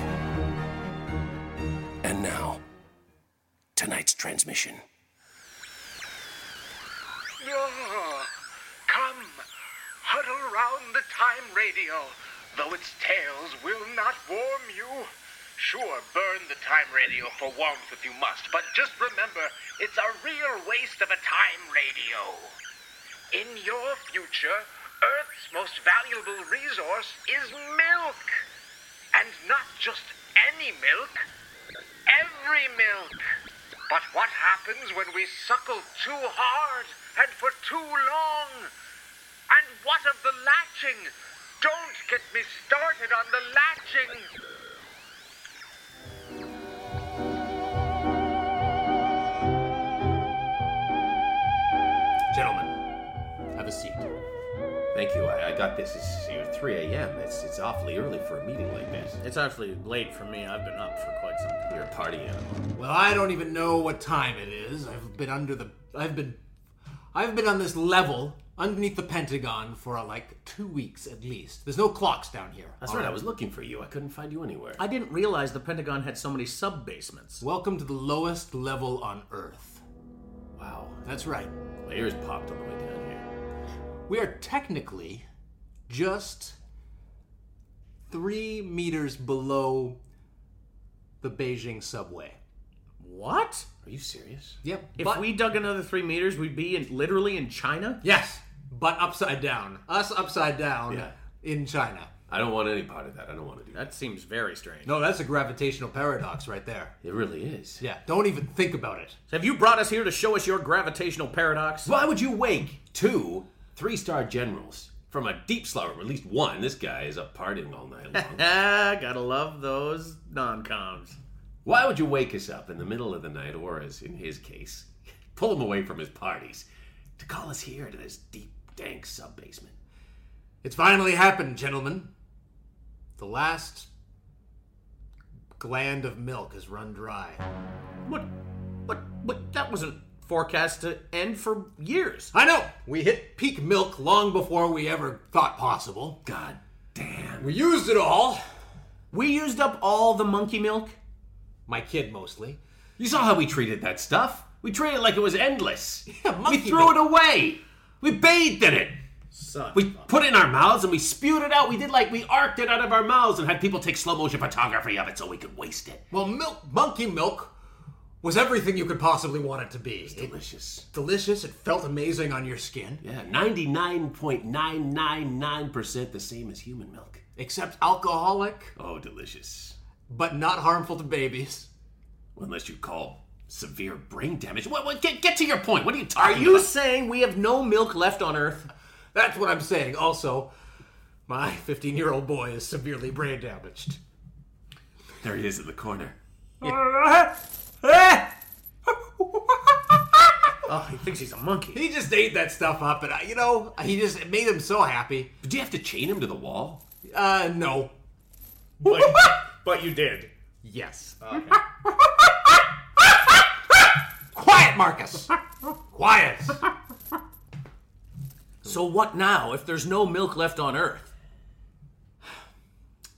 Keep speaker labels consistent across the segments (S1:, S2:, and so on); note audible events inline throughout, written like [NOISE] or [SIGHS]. S1: And now, tonight's transmission.
S2: No! Come, huddle round the time radio, though its tails will not warm you. Sure, burn the time radio for warmth if you must, but just remember, it's a real waste of a time radio. In your future, Earth's most valuable resource is milk. And not just any milk, every milk. But what happens when we suckle too hard and for too long? And what of the latching? Don't get me started on the latching.
S3: Gentlemen, have a seat. Thank you. I, I got this. It's you know, 3 a.m. It's it's awfully early for a meeting like this.
S4: It's actually late for me. I've been up for quite some time.
S3: You're a party animal.
S5: Well, I don't even know what time it is. I've been under the I've been I've been on this level underneath the Pentagon for uh, like 2 weeks at least. There's no clocks down here.
S3: That's
S5: All
S3: right. I was looking for you. I couldn't find you anywhere.
S4: I didn't realize the Pentagon had so many sub basements.
S5: Welcome to the lowest level on earth.
S3: wow.
S5: That's right.
S3: My ears popped on the way down here.
S5: We are technically just 3 meters below the Beijing subway.
S4: What?
S3: Are you serious?
S5: Yep.
S4: If
S5: but-
S4: we dug another three meters, we'd be in, literally in China?
S5: Yes, but upside down. Us upside down
S3: Yeah.
S5: in China.
S3: I don't want any part of that. I don't want to do that.
S4: That seems very strange.
S5: No, that's a gravitational paradox right there.
S3: It really is.
S5: Yeah, don't even think about it.
S4: Have you brought us here to show us your gravitational paradox?
S3: Why would you wake two three-star generals from a deep slumber? Or at least one. This guy is up partying all night
S4: [LAUGHS]
S3: long.
S4: Ah, gotta love those non coms.
S3: Why would you wake us up in the middle of the night, or as in his case, [LAUGHS] pull him away from his parties, to call us here to this deep, dank sub basement?
S5: It's finally happened, gentlemen. The last gland of milk has run dry.
S4: What? What? What? That wasn't forecast to end for years.
S5: I know! We hit peak milk long before we ever thought possible.
S3: God damn.
S5: We used it all.
S4: We used up all the monkey milk.
S5: My kid mostly.
S3: You saw how we treated that stuff. We treated it like it was endless.
S5: [LAUGHS] Yeah,
S3: we
S5: monkey
S3: threw
S5: milk.
S3: it away. We bathed in it.
S4: Son.
S3: We put it in our mouths and we spewed it out. We did like we arced it out of our mouths and had people take slow motion photography of it so we could waste it.
S5: Well, milk, monkey milk was everything you could possibly want it to be. It's
S3: Delicious.
S5: delicious, it felt amazing on your skin.
S3: Yeah, 99.999% the same as human milk.
S5: Except alcoholic,
S3: Oh, delicious.
S5: but not harmful to babies.
S3: Unless you call severe brain damage. What, what, get, get to your point. What are you
S4: Are
S3: talking
S4: you
S3: about?
S4: saying we have no milk left on Earth?
S5: That's what I'm saying. Also, my 15 year old boy is severely brain damaged.
S3: There he is in the corner.
S4: [LAUGHS] Oh, he thinks he's a monkey.
S5: he just ate that stuff up, and I, you know, he just it made him so happy.
S3: Did you have to chain him to the wall?
S5: Uh, no.
S4: But,
S5: [LAUGHS]
S4: but you did.
S5: Yes. [LAUGHS]
S4: [LAUGHS]
S5: Quiet, Marcus. Quiet.
S4: So what now if there's no milk left on Earth? [SIGHS]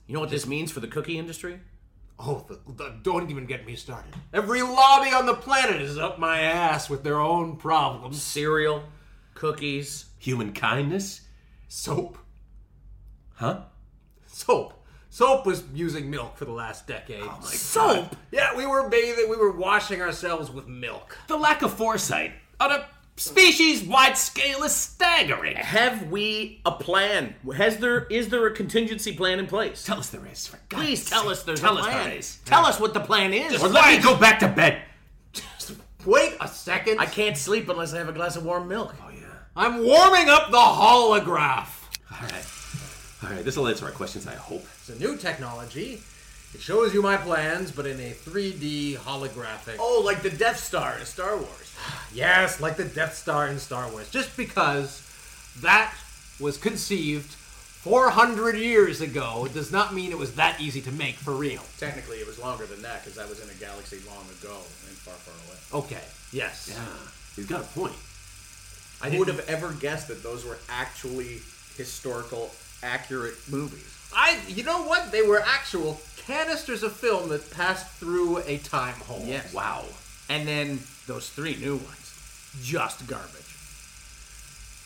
S4: You know what this means for the cookie industry?
S5: Oh, the, the, don't even get me started. Every lobby on the planet is up my ass with their own problems.
S4: Cereal, cookies.
S3: Human kindness?
S5: Soap.
S3: Huh?
S5: Soap. Soap was using milk for the last decade. Oh my
S4: Soap?
S5: Yeah, we were bathing, we were washing ourselves with milk.
S3: The lack of foresight on a species wide scale is staggering.
S4: Have we a plan? Has there is there a contingency plan in place?
S3: Tell us there is, for God's
S4: Please tell
S3: sake.
S4: us there's
S3: tell
S4: a
S3: us
S4: plan.
S3: there is.
S4: Tell us what the plan is.
S3: Or let me go back to bed.
S5: Wait a second.
S4: I can't sleep unless I have a glass of warm milk.
S3: Oh, yeah.
S5: I'm warming up the holograph.
S3: All right. All right, this will answer our questions, I hope.
S5: It's a new technology. It shows you my plans, but in a 3D holographic.
S4: Oh, like the Death Star in Star Wars.
S5: [SIGHS] Yes, like the Death Star in Star Wars. Just because that was conceived 400 years ago does not mean it was that easy to make for real.
S6: Technically, it was longer than that because that was in a galaxy long ago and far, far away.
S5: Okay, yes.
S3: He's got a point.
S6: I Who would have ever guessed that those were actually historical, accurate movies?
S5: I, you know what? They were actual canisters of film that passed through a time hole.
S6: Yes.
S3: Wow.
S6: And then those three new ones, just garbage.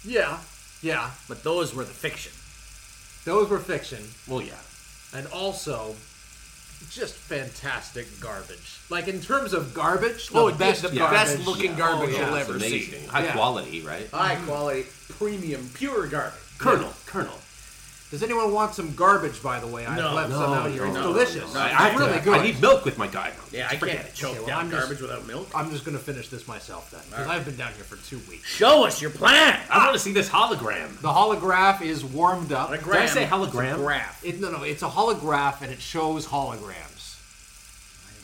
S5: Yeah, yeah.
S4: But those were the fiction.
S5: Those were fiction,
S3: Well, yeah.
S5: and also just fantastic garbage. Like in terms of garbage, the
S4: Oh, it
S5: best,
S4: is the
S5: garbage.
S4: best looking garbage
S5: yeah.
S4: you'll
S3: It's
S4: ever see.
S3: Oh, amazing. High
S5: Yeah.
S3: quality, right?
S6: High quality, premium, pure garbage.
S3: Colonel, Colonel.
S5: Does anyone want some garbage? By the way, I've
S4: No,
S5: left
S4: no,
S5: some out here. It's delicious.
S3: I,
S5: it's
S3: I-
S5: really
S3: I
S5: good.
S3: need milk with my guy.
S6: Yeah, I
S3: Forget
S6: can't
S3: it.
S6: choke
S5: Okay, well,
S6: down
S5: I'm just-
S6: garbage without milk.
S5: I'm just gonna finish this myself then, because I've been down here for two weeks.
S4: Show us your plan.
S3: I want to see this hologram.
S5: The holograph is warmed up.
S6: Not a
S3: I say
S6: gram, it's a
S3: hologram?
S6: graph.
S5: It, no, no, it's a holograph, and it shows holograms.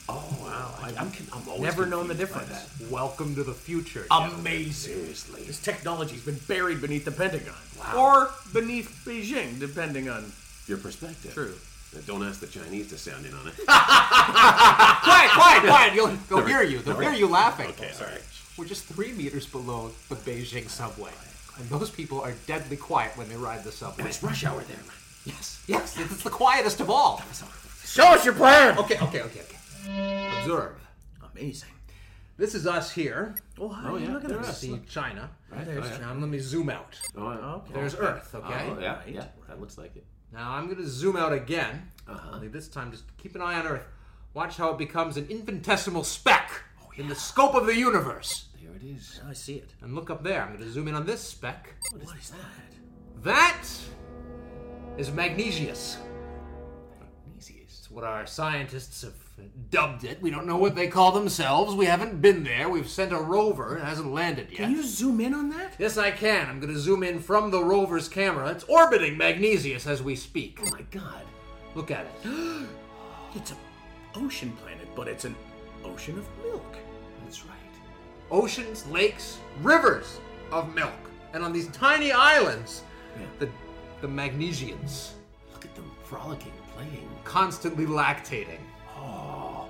S3: Oh, wow. I, I'm, con- I'm always
S5: Never known the
S3: confused by
S5: difference. Um, Welcome to the future.
S4: Amazing.
S3: Seriously.
S4: This technology's been buried beneath the Pentagon.
S6: Or beneath Beijing, depending on.
S3: Your perspective.
S6: True.
S3: Now, don't ask the Chinese to sound in on it.
S5: [LAUGHS] quiet, quiet, quiet! You'll, they'll
S3: Never-
S5: hear you. They'll
S3: never-
S5: hear you laughing.
S3: Okay, all right.
S5: We're just three meters below the Beijing subway, and those people are deadly quiet when they ride the
S3: And
S5: subway.
S3: it's rush hour there.
S5: Yes, yes, it's the quietest of all.
S4: Show us your plan.
S5: Okay, okay, okay, okay. Observe.
S4: Amazing.
S5: This is us here.
S4: Oh, hi. Oh, yeah. Look at
S5: There's
S4: us.
S5: see China.
S3: Right,
S5: There's
S3: oh, yeah.
S5: China. Let me zoom out.
S3: Oh, okay.
S5: There's Earth, okay?
S3: Oh, yeah, yeah. That looks like it.
S5: Now I'm going to zoom out again.
S4: Uh-huh.
S5: Only this time, just keep an eye on Earth. Watch how it becomes an infinitesimal speck
S4: Oh,
S5: in the scope of the universe.
S3: There it is.
S4: I see it.
S5: And look up there. I'm going to zoom in on this speck.
S4: What is that?
S5: That is Magnesius.
S3: Easiest.
S5: It's what our scientists have dubbed it. We don't know what they call themselves. We haven't been there. We've sent a rover. It hasn't landed yet.
S4: Can you zoom in on that?
S5: Yes, I can. I'm going to zoom in from the rover's camera. It's orbiting Magnesius as we speak.
S3: Oh, my God.
S5: Look at it.
S4: It's an ocean planet, but it's an ocean of milk.
S3: That's right.
S5: Oceans, lakes, rivers of milk. And on these tiny islands, the, the Magnesians
S3: Look at them frolicking, playing.
S5: constantly lactating.
S3: Oh.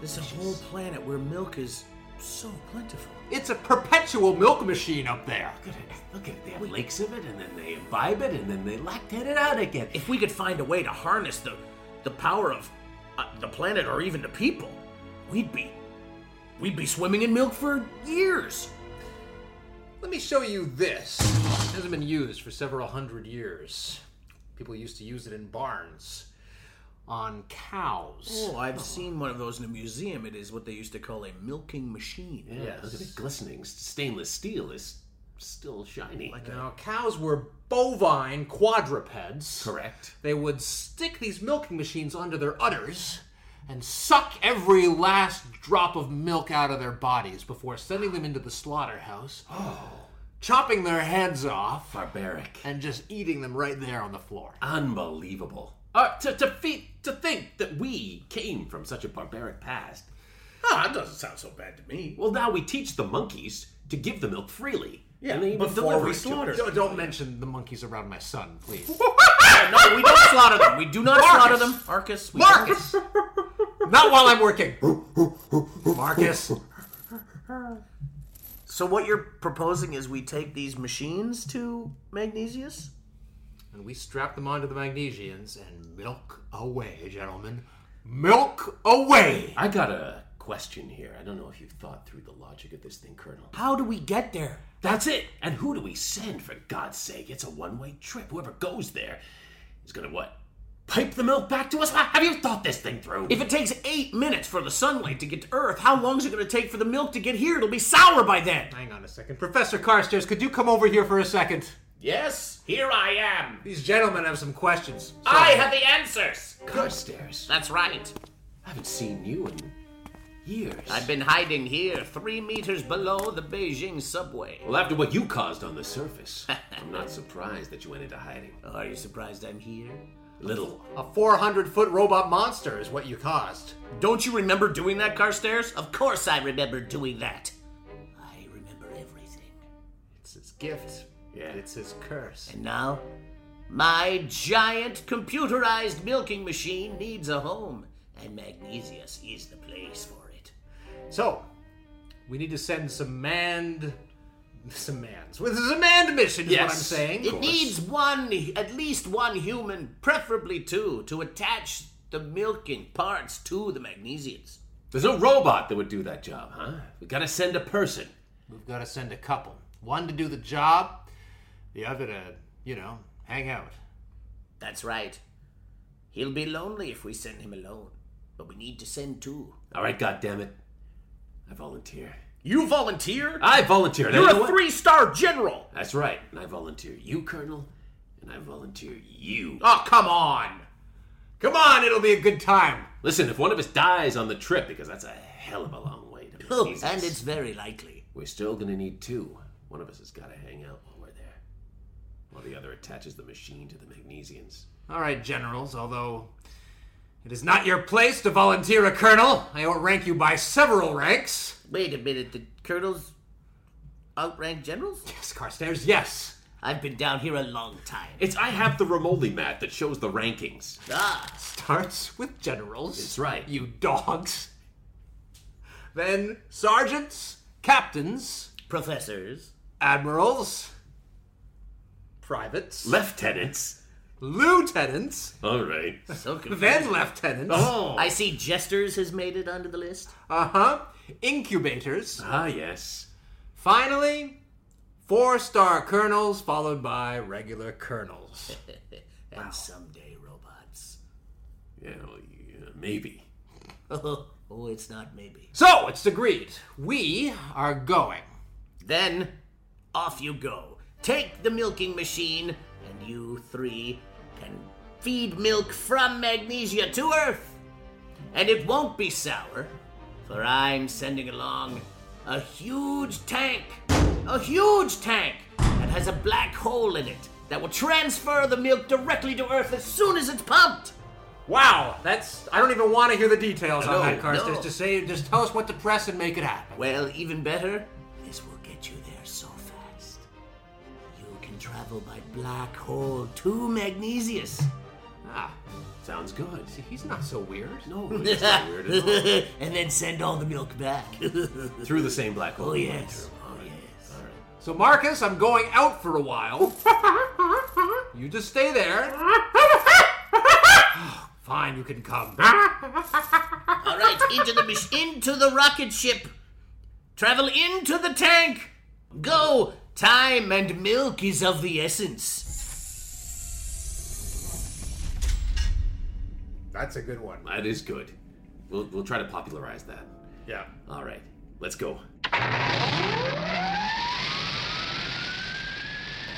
S4: This is a whole planet where milk is so plentiful.
S5: It's a perpetual milk machine up there.
S3: Look at it. Look at it. They have lakes of it, and then they imbibe it, and then they lactate it out again.
S4: If we could find a way to harness the the power of uh, the planet or even the people, we'd be we'd be swimming in milk for years.
S5: Let me show you this. It hasn't been used for several hundred years. People used to use it in barns on cows.
S4: Oh, I've seen one of those in a museum. It is what they used to call a milking machine.
S3: Yeah, Look at it glistening. S- Stainless steel is still shiny.
S5: Now, cows were bovine quadrupeds.
S3: Correct.
S5: They would stick these milking machines under their udders and suck every last drop of milk out of their bodies before sending them into the slaughterhouse, [GASPS] chopping their heads off,
S3: Barbaric.
S5: and just eating them right there on the floor.
S3: Unbelievable. Uh, to, to, fe- to think that we came from such a barbaric past.
S6: Ah, that doesn't sound so bad to me.
S3: Well, now we teach the monkeys to give the milk freely.
S6: Yeah,
S3: and they even
S6: before
S3: deliver
S6: we
S3: it to
S6: slaughter
S3: us.
S5: Don't, don't mention the monkeys around my son, please.
S4: No, we don't slaughter them. We do not slaughter them. Arcus, we don't-
S5: Marcus! Not while I'm working. Marcus.
S4: So what you're proposing is we take these machines to Magnesius?
S5: And we strap them onto the magnesians and milk away, gentlemen. Milk away!
S3: I got a question here. I don't know if you've thought through the logic of this thing, Colonel.
S4: How do we get there?
S3: That's it. And who do we send, for God's sake? It's a one way trip. Whoever goes there is gonna what? Pipe the milk back to us? Ha- Have you thought this thing through?
S4: If it takes eight minutes for the sunlight to get to Earth, how long is it going to take for the milk to get here? It'll be sour by then.
S5: Hang on a second. Professor Carstairs, could you come over here for a second?
S3: yes, here I am.
S5: These gentlemen have some questions.
S4: I have the answers.
S3: Carstairs,
S4: That's right.
S3: I haven't seen you in years.
S4: I've been hiding here, three meters below the Beijing subway.
S3: Well, after what you caused on the surface, I'm not surprised that you went into hiding.
S4: [LAUGHS] Are you surprised I'm here?
S3: Little.
S5: A 400 foot robot monster is what you caused.
S4: Don't you remember doing that, Carstairs? Of course I remember doing that. I remember everything.
S5: It's his gift.
S3: Yeah.
S5: It's his curse.
S4: And now, my giant computerized milking machine needs a home, and Magnesius is the place for it.
S5: So, we need to send some manned. Some mans. Well, this is a manned mission, is what I'm
S3: Yes.
S5: saying.
S4: It needs one, at least one human, preferably two, to attach the milking parts to the Magnesians.
S3: There's no robot that would do that job, huh? We gotta send a person.
S5: We've got to send a couple. One to do the job, the other to, you know, hang out.
S4: That's right. He'll be lonely if we send him alone, but we need to send two.
S3: All right, goddammit. I volunteer.
S4: You volunteer?
S3: I volunteer. Now, you know
S4: You're a
S3: what?
S4: three-star general.
S3: That's right. And I volunteer you, Colonel, and I volunteer you.
S5: Oh, come on! Come on, it'll be a good time.
S3: Listen, if one of us dies on the trip, because that's a hell of a long way to
S4: Oh,
S3: Magnesius,
S4: and it's very likely.
S3: we're still gonna need two. One of us has gotta hang out while we're there, while the other attaches the machine to the Magnesians.
S5: All right, generals, although it is not your place to volunteer a colonel, I outrank you by several ranks.
S4: Wait a minute, the colonels outrank generals?
S5: Yes, Carstairs, yes.
S4: I've been down here a long time.
S3: It's I have the Romoli mat that shows the rankings.
S4: Ah,
S5: Starts with generals.
S3: That's right.
S5: You dogs. Then sergeants, captains,
S4: professors.
S5: admirals, privates,
S3: Lieutenants.
S5: lieutenants,
S3: All right.
S4: So confused.
S5: then lieutenants.
S3: Oh.
S4: I see Jesters has made it onto the list.
S5: Uh huh. Incubators.
S3: ah, yes.
S5: Finally, four star colonels followed by regular colonels.
S4: And someday robots. [LAUGHS]
S3: Yeah, well, yeah, maybe.
S4: Oh, oh, it's not maybe.
S5: So it's agreed. We are going.
S4: Then, off you go. Take the milking machine, and you three can feed milk from Magnesia to Earth. And it won't be sour, for I'm sending along a huge tank. A huge tank that has a black hole in it that will transfer the milk directly to Earth as soon as it's pumped.
S5: Wow, that's. I don't even want to hear the details
S4: No,
S5: on that, Carstairs.
S4: no.
S5: Just say, just tell us what to press and make it happen.
S4: Well, even better, this will get you there so fast. You can travel by black hole to Magnesius. [LAUGHS]
S5: Ah,
S3: Sounds good.
S5: see, he's not so weird.
S3: [LAUGHS] No, it's not weird at
S4: and then send all the milk back. [LAUGHS]
S3: all. Through the same black hole.
S4: oh,
S3: we went
S4: yes.
S3: through.
S4: Oh, yes.
S5: So Marcus, I'm going out for a
S3: [LAUGHS]
S5: while. you just stay there. Fine, you can come.
S4: All right, into the mach- into the rocket ship. Travel into the tank. Go. Time and milk is of the essence.
S5: That's a good one.
S3: That is good. We'll, we'll try to popularize that.
S5: Yeah.
S3: All right, let's go.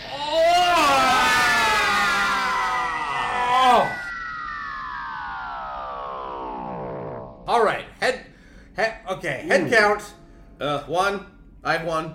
S5: Oh. All right.
S6: Head, head. Okay, head count. Uh, one. I've one,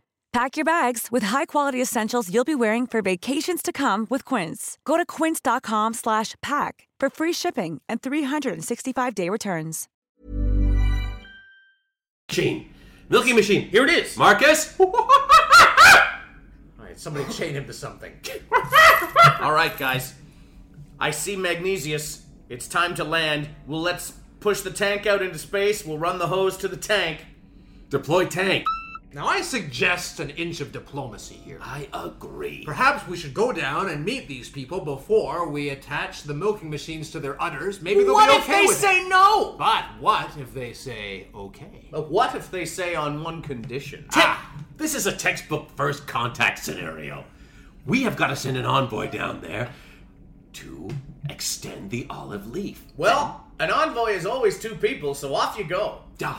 S7: Pack your bags with high-quality essentials you'll be wearing for vacations to come with Quince. Go to quince.com slash pack for free shipping and 365-day returns.
S3: Machine. Milking machine. Here it is. Marcus.
S5: All right, somebody chain him to something.
S4: All right, guys. I see Magnesius. It's time to land. We'll let's push the tank out into space. We'll run the hose to the tank.
S3: Deploy tank.
S5: Now, I suggest an inch of diplomacy here.
S3: I agree.
S5: Perhaps we should go down and meet these people before we attach the milking machines to their udders. Maybe they'll
S4: what
S5: be
S4: if
S5: okay
S4: they
S5: with it.
S4: say no?
S5: But what if they say okay?
S4: But what if they say on one condition?
S3: This is a textbook first contact scenario. We have got to send an envoy down there to extend the olive leaf.
S4: Well, an envoy is always two people, so off you go.
S3: Duh.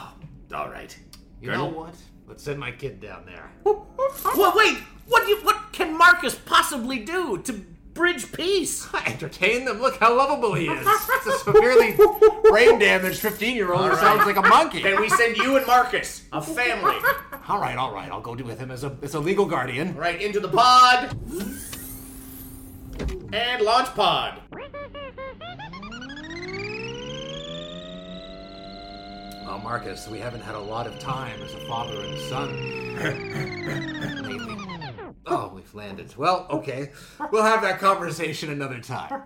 S3: All right.
S5: You know what? Let's send my kid down there.
S4: Well, wait. What do you, what can Marcus possibly do to bridge peace?
S5: Entertain them. Look how lovable he is. it's a severely brain damaged 15 year old who sounds like a monkey.
S4: Can we send you and Marcus, a family,
S5: All right, all right. I'll go do with him as a, as a legal guardian.
S4: right into the pod and launch pod?
S5: Well, Marcus, we haven't had a lot of time as a father and son
S4: [LAUGHS]
S5: lately. Oh, we've landed. Well, okay. We'll have that conversation another time.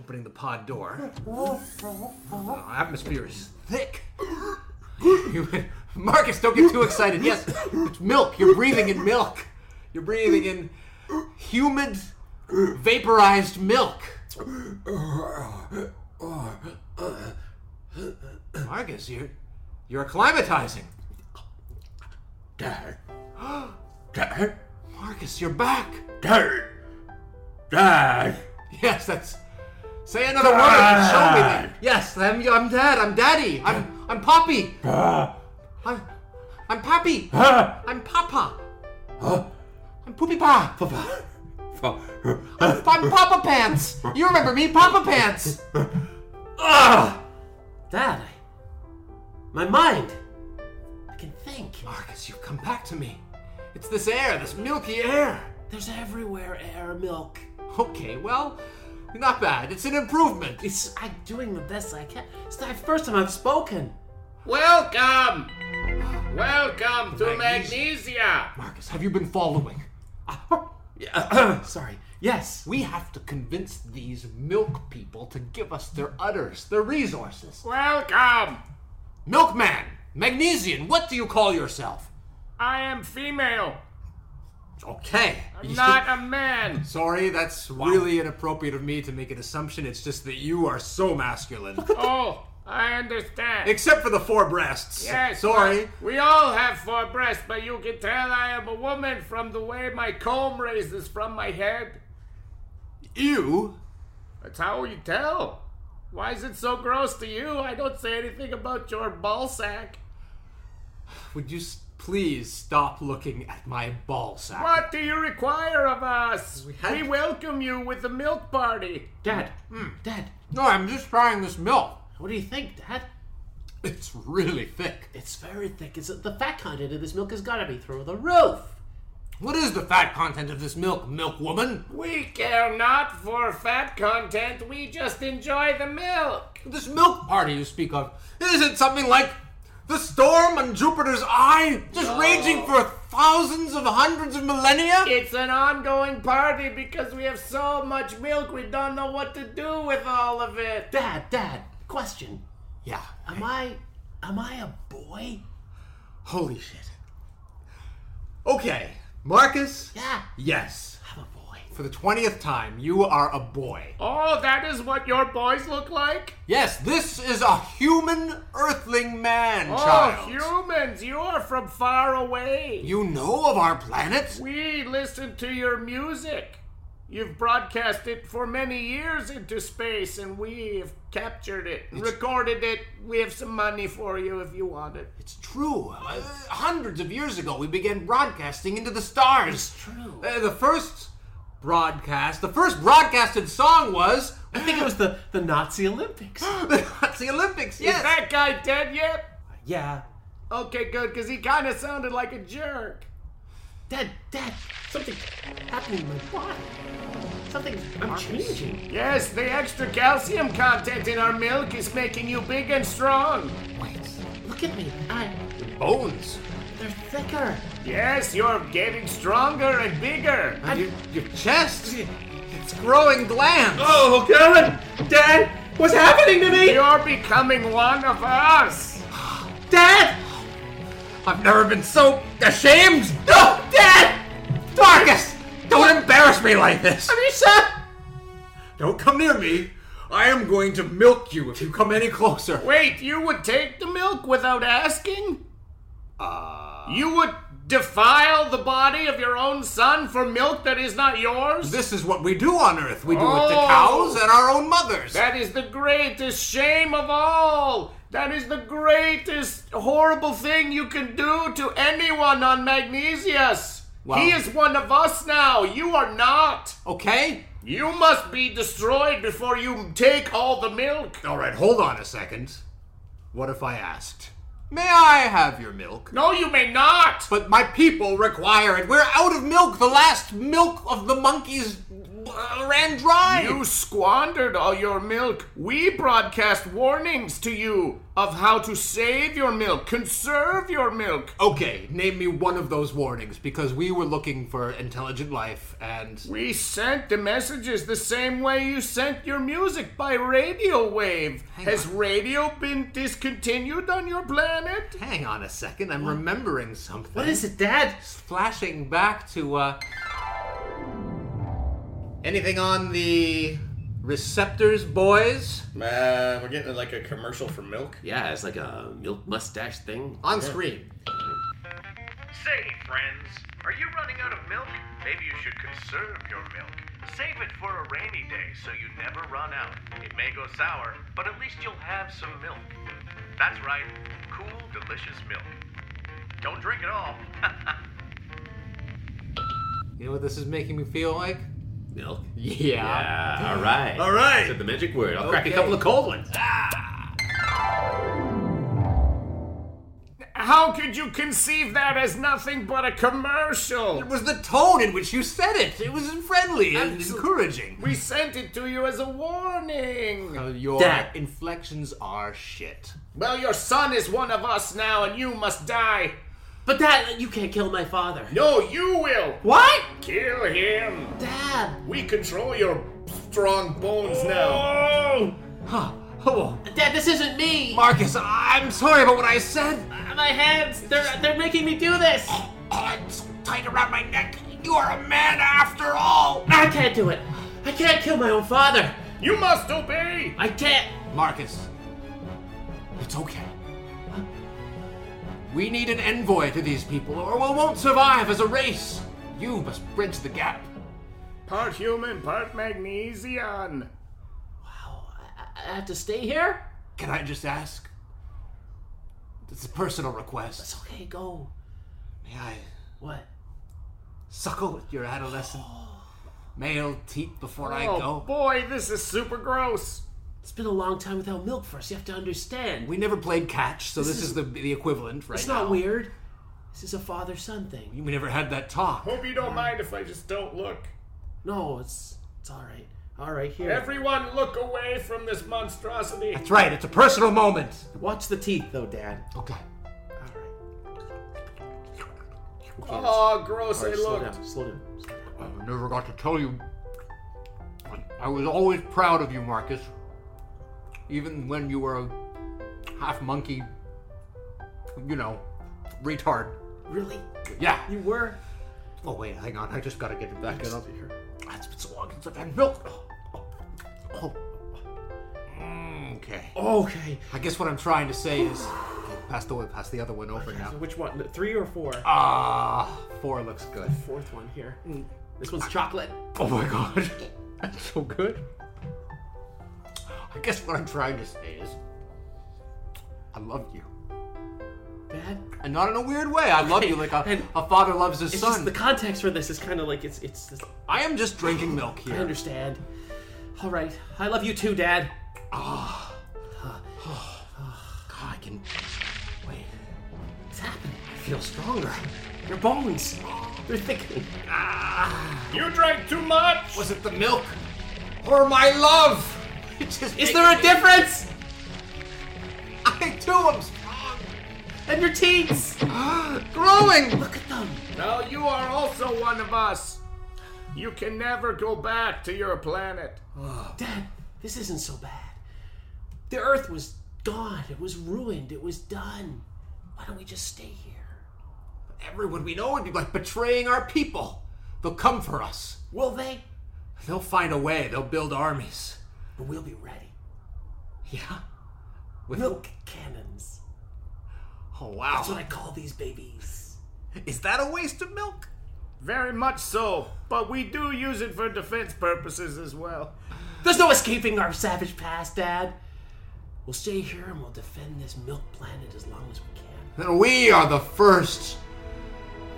S5: Opening the pod door. The atmosphere is thick. You- Marcus, don't get too excited. Yes, it's milk. You're breathing in milk. You're breathing in humid, vaporized milk. Marcus, you're you're acclimatizing.
S3: Dad. Dad.
S5: Marcus, you're back.
S3: Dad. Dad.
S5: Yes, that's. Say another word and show me that. Yes, I'm, I'm dad. I'm daddy. I'm I'm Poppy. I'm I'm Pappy. I'm Papa. I'm Poopy Pa. I'm Papa Pants. You remember me, Papa Pants.
S3: Ah! Dad, I, my mind. I can think.
S5: Marcus, you've come back to me. It's this air, this milky air.
S3: There's everywhere air, milk.
S5: Okay, well, not bad. It's an improvement.
S3: It's I'm doing the best I can. It's the first time I've spoken.
S4: Welcome, welcome to Magnesia.
S5: Marcus, have you been following?
S4: Uh,
S3: Sorry. Yes.
S5: We have to convince these milk people to give us their udders, their resources.
S4: Welcome.
S5: Milkman, Magnesian, what do you call yourself?
S4: I am female,
S5: Okay. You-
S4: not a man.
S5: Sorry, that's really inappropriate of me to make an assumption. It's just that you are so masculine.
S4: Oh, I understand.
S5: Except for the four breasts.
S4: Yes,
S5: Sorry.
S4: but We all have four breasts, but you can tell I am a woman from the way my comb raises from my head.
S5: You.
S4: That's how you tell. Why is it so gross to you? I don't say anything about your ball sack.
S5: Would you s- please stop looking at my ball sack?
S4: What do you require of us? We,
S5: had-
S4: welcome you with the milk party. Hmm.
S3: Dad. Dad.
S5: No, I'm just trying this milk.
S3: What do you think, Dad?
S5: It's really thick.
S3: It's very thick. It's the fat content of this milk has got to be through the roof.
S5: What is the fat content of this milk, milk woman?
S4: We care not for fat content, we just enjoy the milk.
S5: This milk party you speak of, isn't something like the storm on Jupiter's eye just raging for thousands of hundreds of millennia?
S4: It's an ongoing party because we have so much milk we don't know what to do with all of it.
S3: Dad, Dad. Question.
S5: yeah.
S3: Am I am I a boy?
S5: Holy shit. Okay, Marcus,
S3: Yeah.
S5: yes.
S3: I'm a boy.
S5: For the 20th time, you are a boy.
S4: Oh, that is what your boys look like?
S5: Yes, this is a human earthling man, child.
S4: Oh, humans, you are from far away.
S5: you know of our planet?
S4: We listen to your music. You've broadcast it for many years into space, and we have captured it, and recorded it. We have some money for you if you want it.
S5: It's true. Uh, hundreds of years ago, we began broadcasting into the stars.
S3: True.
S5: Uh, the first broadcast, the first broadcasted song was [LAUGHS]
S3: I think it was the [GASPS] the Nazi Olympics.
S5: the Nazi Olympics.
S4: Is
S5: Yes,
S4: that guy dead yet?
S3: yeah. Okay, good, because he kind of sounded like a jerk.
S4: Dad, Dad, something's happening in my body. Something's. I'm changing.
S3: Yes, the extra calcium content in our milk is making you big and strong.
S4: Wait, look at me. I.
S3: Bones.
S4: They're thicker.
S3: Yes, you're getting stronger and bigger.
S5: And your, your chest? It's growing glands.
S3: Oh, God! Dad, what's happening to me? You're becoming one of [GASPS] us.
S5: Dad! I've never been so ashamed! No, Dad! Darkus! Don't embarrass me like this!
S4: Anisha!
S5: Don't come near me! I am going to milk you if you come any closer.
S3: Wait, you would take the milk without asking? Uh. You would defile the body of your own son for milk that is not yours?
S5: This is what we do on Earth. We do it to
S3: Oh.
S5: cows and our own mothers.
S3: That is the greatest shame of all. That is the greatest horrible thing you can do to anyone on Magnesius.
S5: Wow.
S3: He is one of us now. You are not.
S5: okay?
S3: You must be destroyed before you take all the milk.
S5: All right, hold on a second. What if I asked? May I have your milk?
S3: No, you may not.
S5: But my people require it. We're out of milk. The last milk of the monkeys uh, ran dry.
S3: You squandered all your milk. We broadcast warnings to you of how to save your milk, conserve your milk.
S5: Okay, name me one of those warnings because we were looking for intelligent life and.
S3: We sent the messages the same way you sent your music by radio wave. Has radio been discontinued on your planet?
S5: Hang on a second, I'm remembering something.
S4: What is it, Dad?
S5: Flashing back to, uh. Anything on the receptors, boys?
S6: Uh, we're getting like a commercial for milk.
S3: Yeah, it's like a milk mustache thing.
S5: On screen.
S2: Say, friends, are you running out of milk? Maybe you should conserve your milk. Save it for a rainy day so you never run out. It may go sour, but at least you'll have some milk. That's right, cool, delicious milk. Don't drink it all. [LAUGHS]
S5: You know what this is making me feel like?
S3: Milk?
S5: Yeah.
S3: Yeah,
S5: [LAUGHS]
S3: all right.
S6: All right.
S3: Said the magic word. I'll crack a
S5: Okay.
S3: couple of cold ones.
S5: Ah!
S3: How could you conceive that as nothing but a commercial?
S5: It was the tone in which you said it. It was friendly and
S3: Absol-
S5: encouraging.
S3: We sent it to you as a warning.
S5: Uh, your
S3: Dad.
S5: inflections are shit.
S3: Well, your son is one of us now, and you must die.
S4: But Dad, you can't kill my father.
S3: No, you will.
S4: What?
S3: Kill him.
S4: Dad.
S3: We control your strong bones now.
S5: Huh. Oh,
S4: Dad, this isn't me.
S5: Marcus, I'm sorry about what I said.
S4: my hands, they're they're making me do this.
S5: Oh, it's tight around my neck. You are a man after all.
S4: I can't do it. I can't kill my own father.
S3: You must obey.
S4: I can't.
S5: Marcus, it's okay. We need an envoy to these people, or we won't survive as a race. You must bridge the gap.
S3: Part human, part magnesian.
S4: I have to stay here?
S5: Can I just ask? It's a personal request.
S4: It's okay, go.
S5: May I
S4: What?
S5: suckle your adolescent male teat before I
S3: Oh
S5: go?
S3: boy, this is super gross.
S4: It's been a long time without milk for us. You have to understand.
S5: We never played catch, so this,
S4: is-
S5: is, the the equivalent, right?
S4: it's not
S5: now.
S4: weird. This is a father son thing.
S5: We never had that talk.
S3: Hope you don't mind if I just don't look.
S4: No, it's it's all right. All right, here.
S3: Everyone, look away from this monstrosity.
S5: That's right. It's a personal moment.
S4: Watch the teeth, though, Dad.
S5: Okay.
S4: All right.
S3: Oh, gross!
S4: All
S3: I
S4: right, slow
S3: looked.
S4: down. Slow down.
S5: I never got to tell you. I was always proud of you, Marcus. Even when you were a half monkey, you know, retard.
S4: Really?
S5: Yeah.
S4: You were?
S5: Oh wait, hang on. I just gotta get it back in up here. That's been so long since I've had milk. Oh. Oh. Mm, Okay.
S4: Okay.
S5: I guess what I'm trying to say is, pass the pass the other one over now.
S4: So which one? The Three or four?
S5: Ah, four looks good. Mm.
S4: Fourth one here. This one's chocolate.
S5: Oh my god, [LAUGHS] that's so good. I guess what I'm trying to say is, I love you,
S4: Dad,
S5: and not in a weird way. I love you like a, a father loves his
S4: it's
S5: son.
S4: just the context for this is kind of like it's it's. it's
S5: I am just drinking milk
S4: I
S5: here.
S4: understand. All right. I love you too, Dad.
S5: Ah. [SIGHS] God, I can. Wait. feel stronger. Your bones, they're thickening. Ah.
S3: You drank too much.
S5: Was it the milk or my love? Is there a difference? I too am strong. And your teens, growing. Look at them.
S3: Now you are also one of us. You can never go back to your planet.
S8: Dad, this isn't so bad. The Earth was gone. It was ruined. It was done. Why don't we just stay here?
S5: Everyone we know would be like betraying our people. They'll come for us.
S8: Will they?
S5: They'll find a way. They'll build armies.
S8: But we'll be ready.
S5: Yeah. With
S8: Milk cannons.
S5: Oh wow.
S8: That's what I call these babies.
S5: Is that a waste of milk?
S3: Very much so, but we do use it for defense purposes as well.
S8: There's no escaping our savage past, Dad. We'll stay here and we'll defend this milk planet as long as we can.
S5: Then we are the first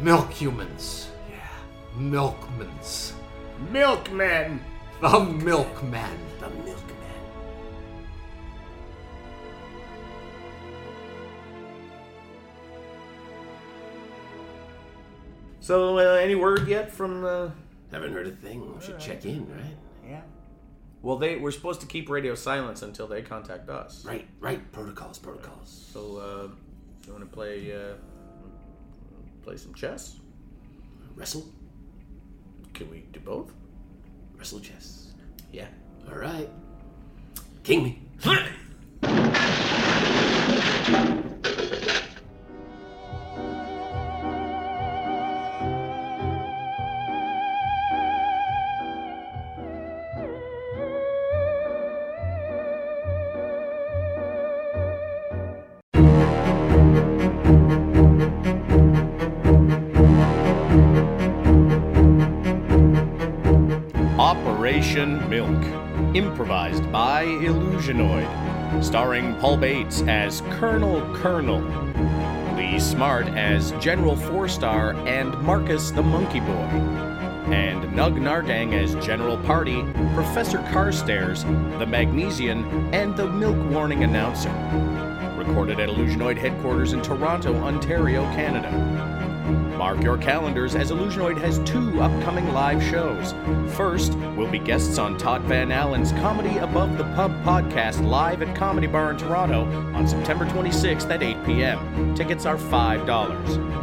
S5: milk humans. Yeah. Milkmans.
S3: Milkmen.
S5: The milkmen.
S8: The milkman.
S4: So, uh, any word yet from? Uh...
S8: Haven't heard a thing. We should check in, right?
S4: Well, they we're supposed to keep radio silence until they contact us.
S8: Right, right. Protocols, protocols.
S4: So, uh, you want to play uh, play some chess?
S8: Wrestle,
S4: Can we do both?
S8: wrestle chess.
S4: Yeah.
S8: All right. King me.
S9: Operation Milk, improvised by Illusionoid, starring Paul Bates as Colonel Colonel, Lee Smart as General Four Star and Marcus the Monkey Boy, and Nug Nargang as General Party, Professor Carstairs, the Magnesian, and the Milk Warning Announcer. Recorded at Illusionoid headquarters in Toronto, Ontario, Canada. Mark your calendars as Illusionoid has two upcoming live shows. First, we'll be guests on Todd Van Allen's Comedy Above the Pub podcast live at Comedy Bar in Toronto on September 26th at 8 p.m. Tickets are $5.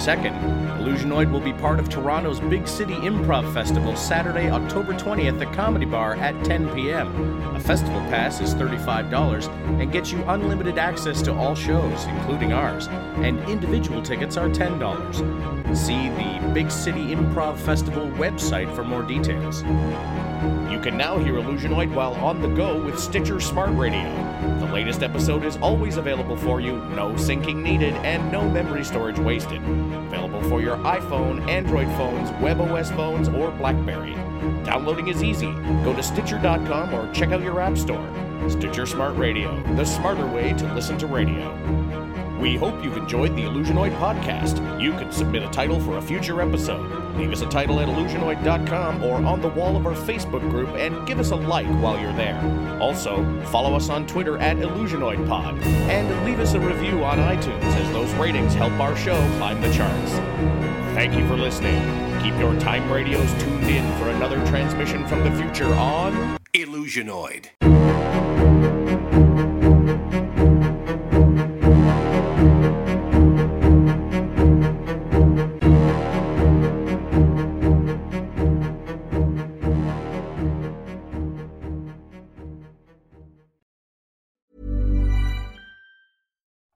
S9: Second, Illusionoid will be part of Toronto's Big City Improv Festival Saturday, October 20th at Comedy Bar at 10 p.m. A festival pass is $35 and gets you unlimited access to all shows, including ours, and individual tickets are $10. See the Big City Improv Festival website for more details. You can now hear Illusionoid while on the go with Stitcher Smart Radio. The latest episode is always available for you, no syncing needed, and no memory storage wasted. Available for your iPhone, Android phones, WebOS phones, or Blackberry. Downloading is easy. Go to Stitcher.com or check out your App Store. Stitcher Smart Radio, the smarter way to listen to radio. We hope you've enjoyed the Illusionoid podcast. You can submit a title for a future episode. Leave us a title at illusionoid.com or on the wall of our Facebook group and give us a like while you're there. Also, follow us on Twitter at IllusionoidPod and leave us a review on iTunes as those ratings help our show climb the charts. Thank you for listening. Keep your time radios tuned in for another transmission from the future on
S1: Illusionoid.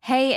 S10: Hey,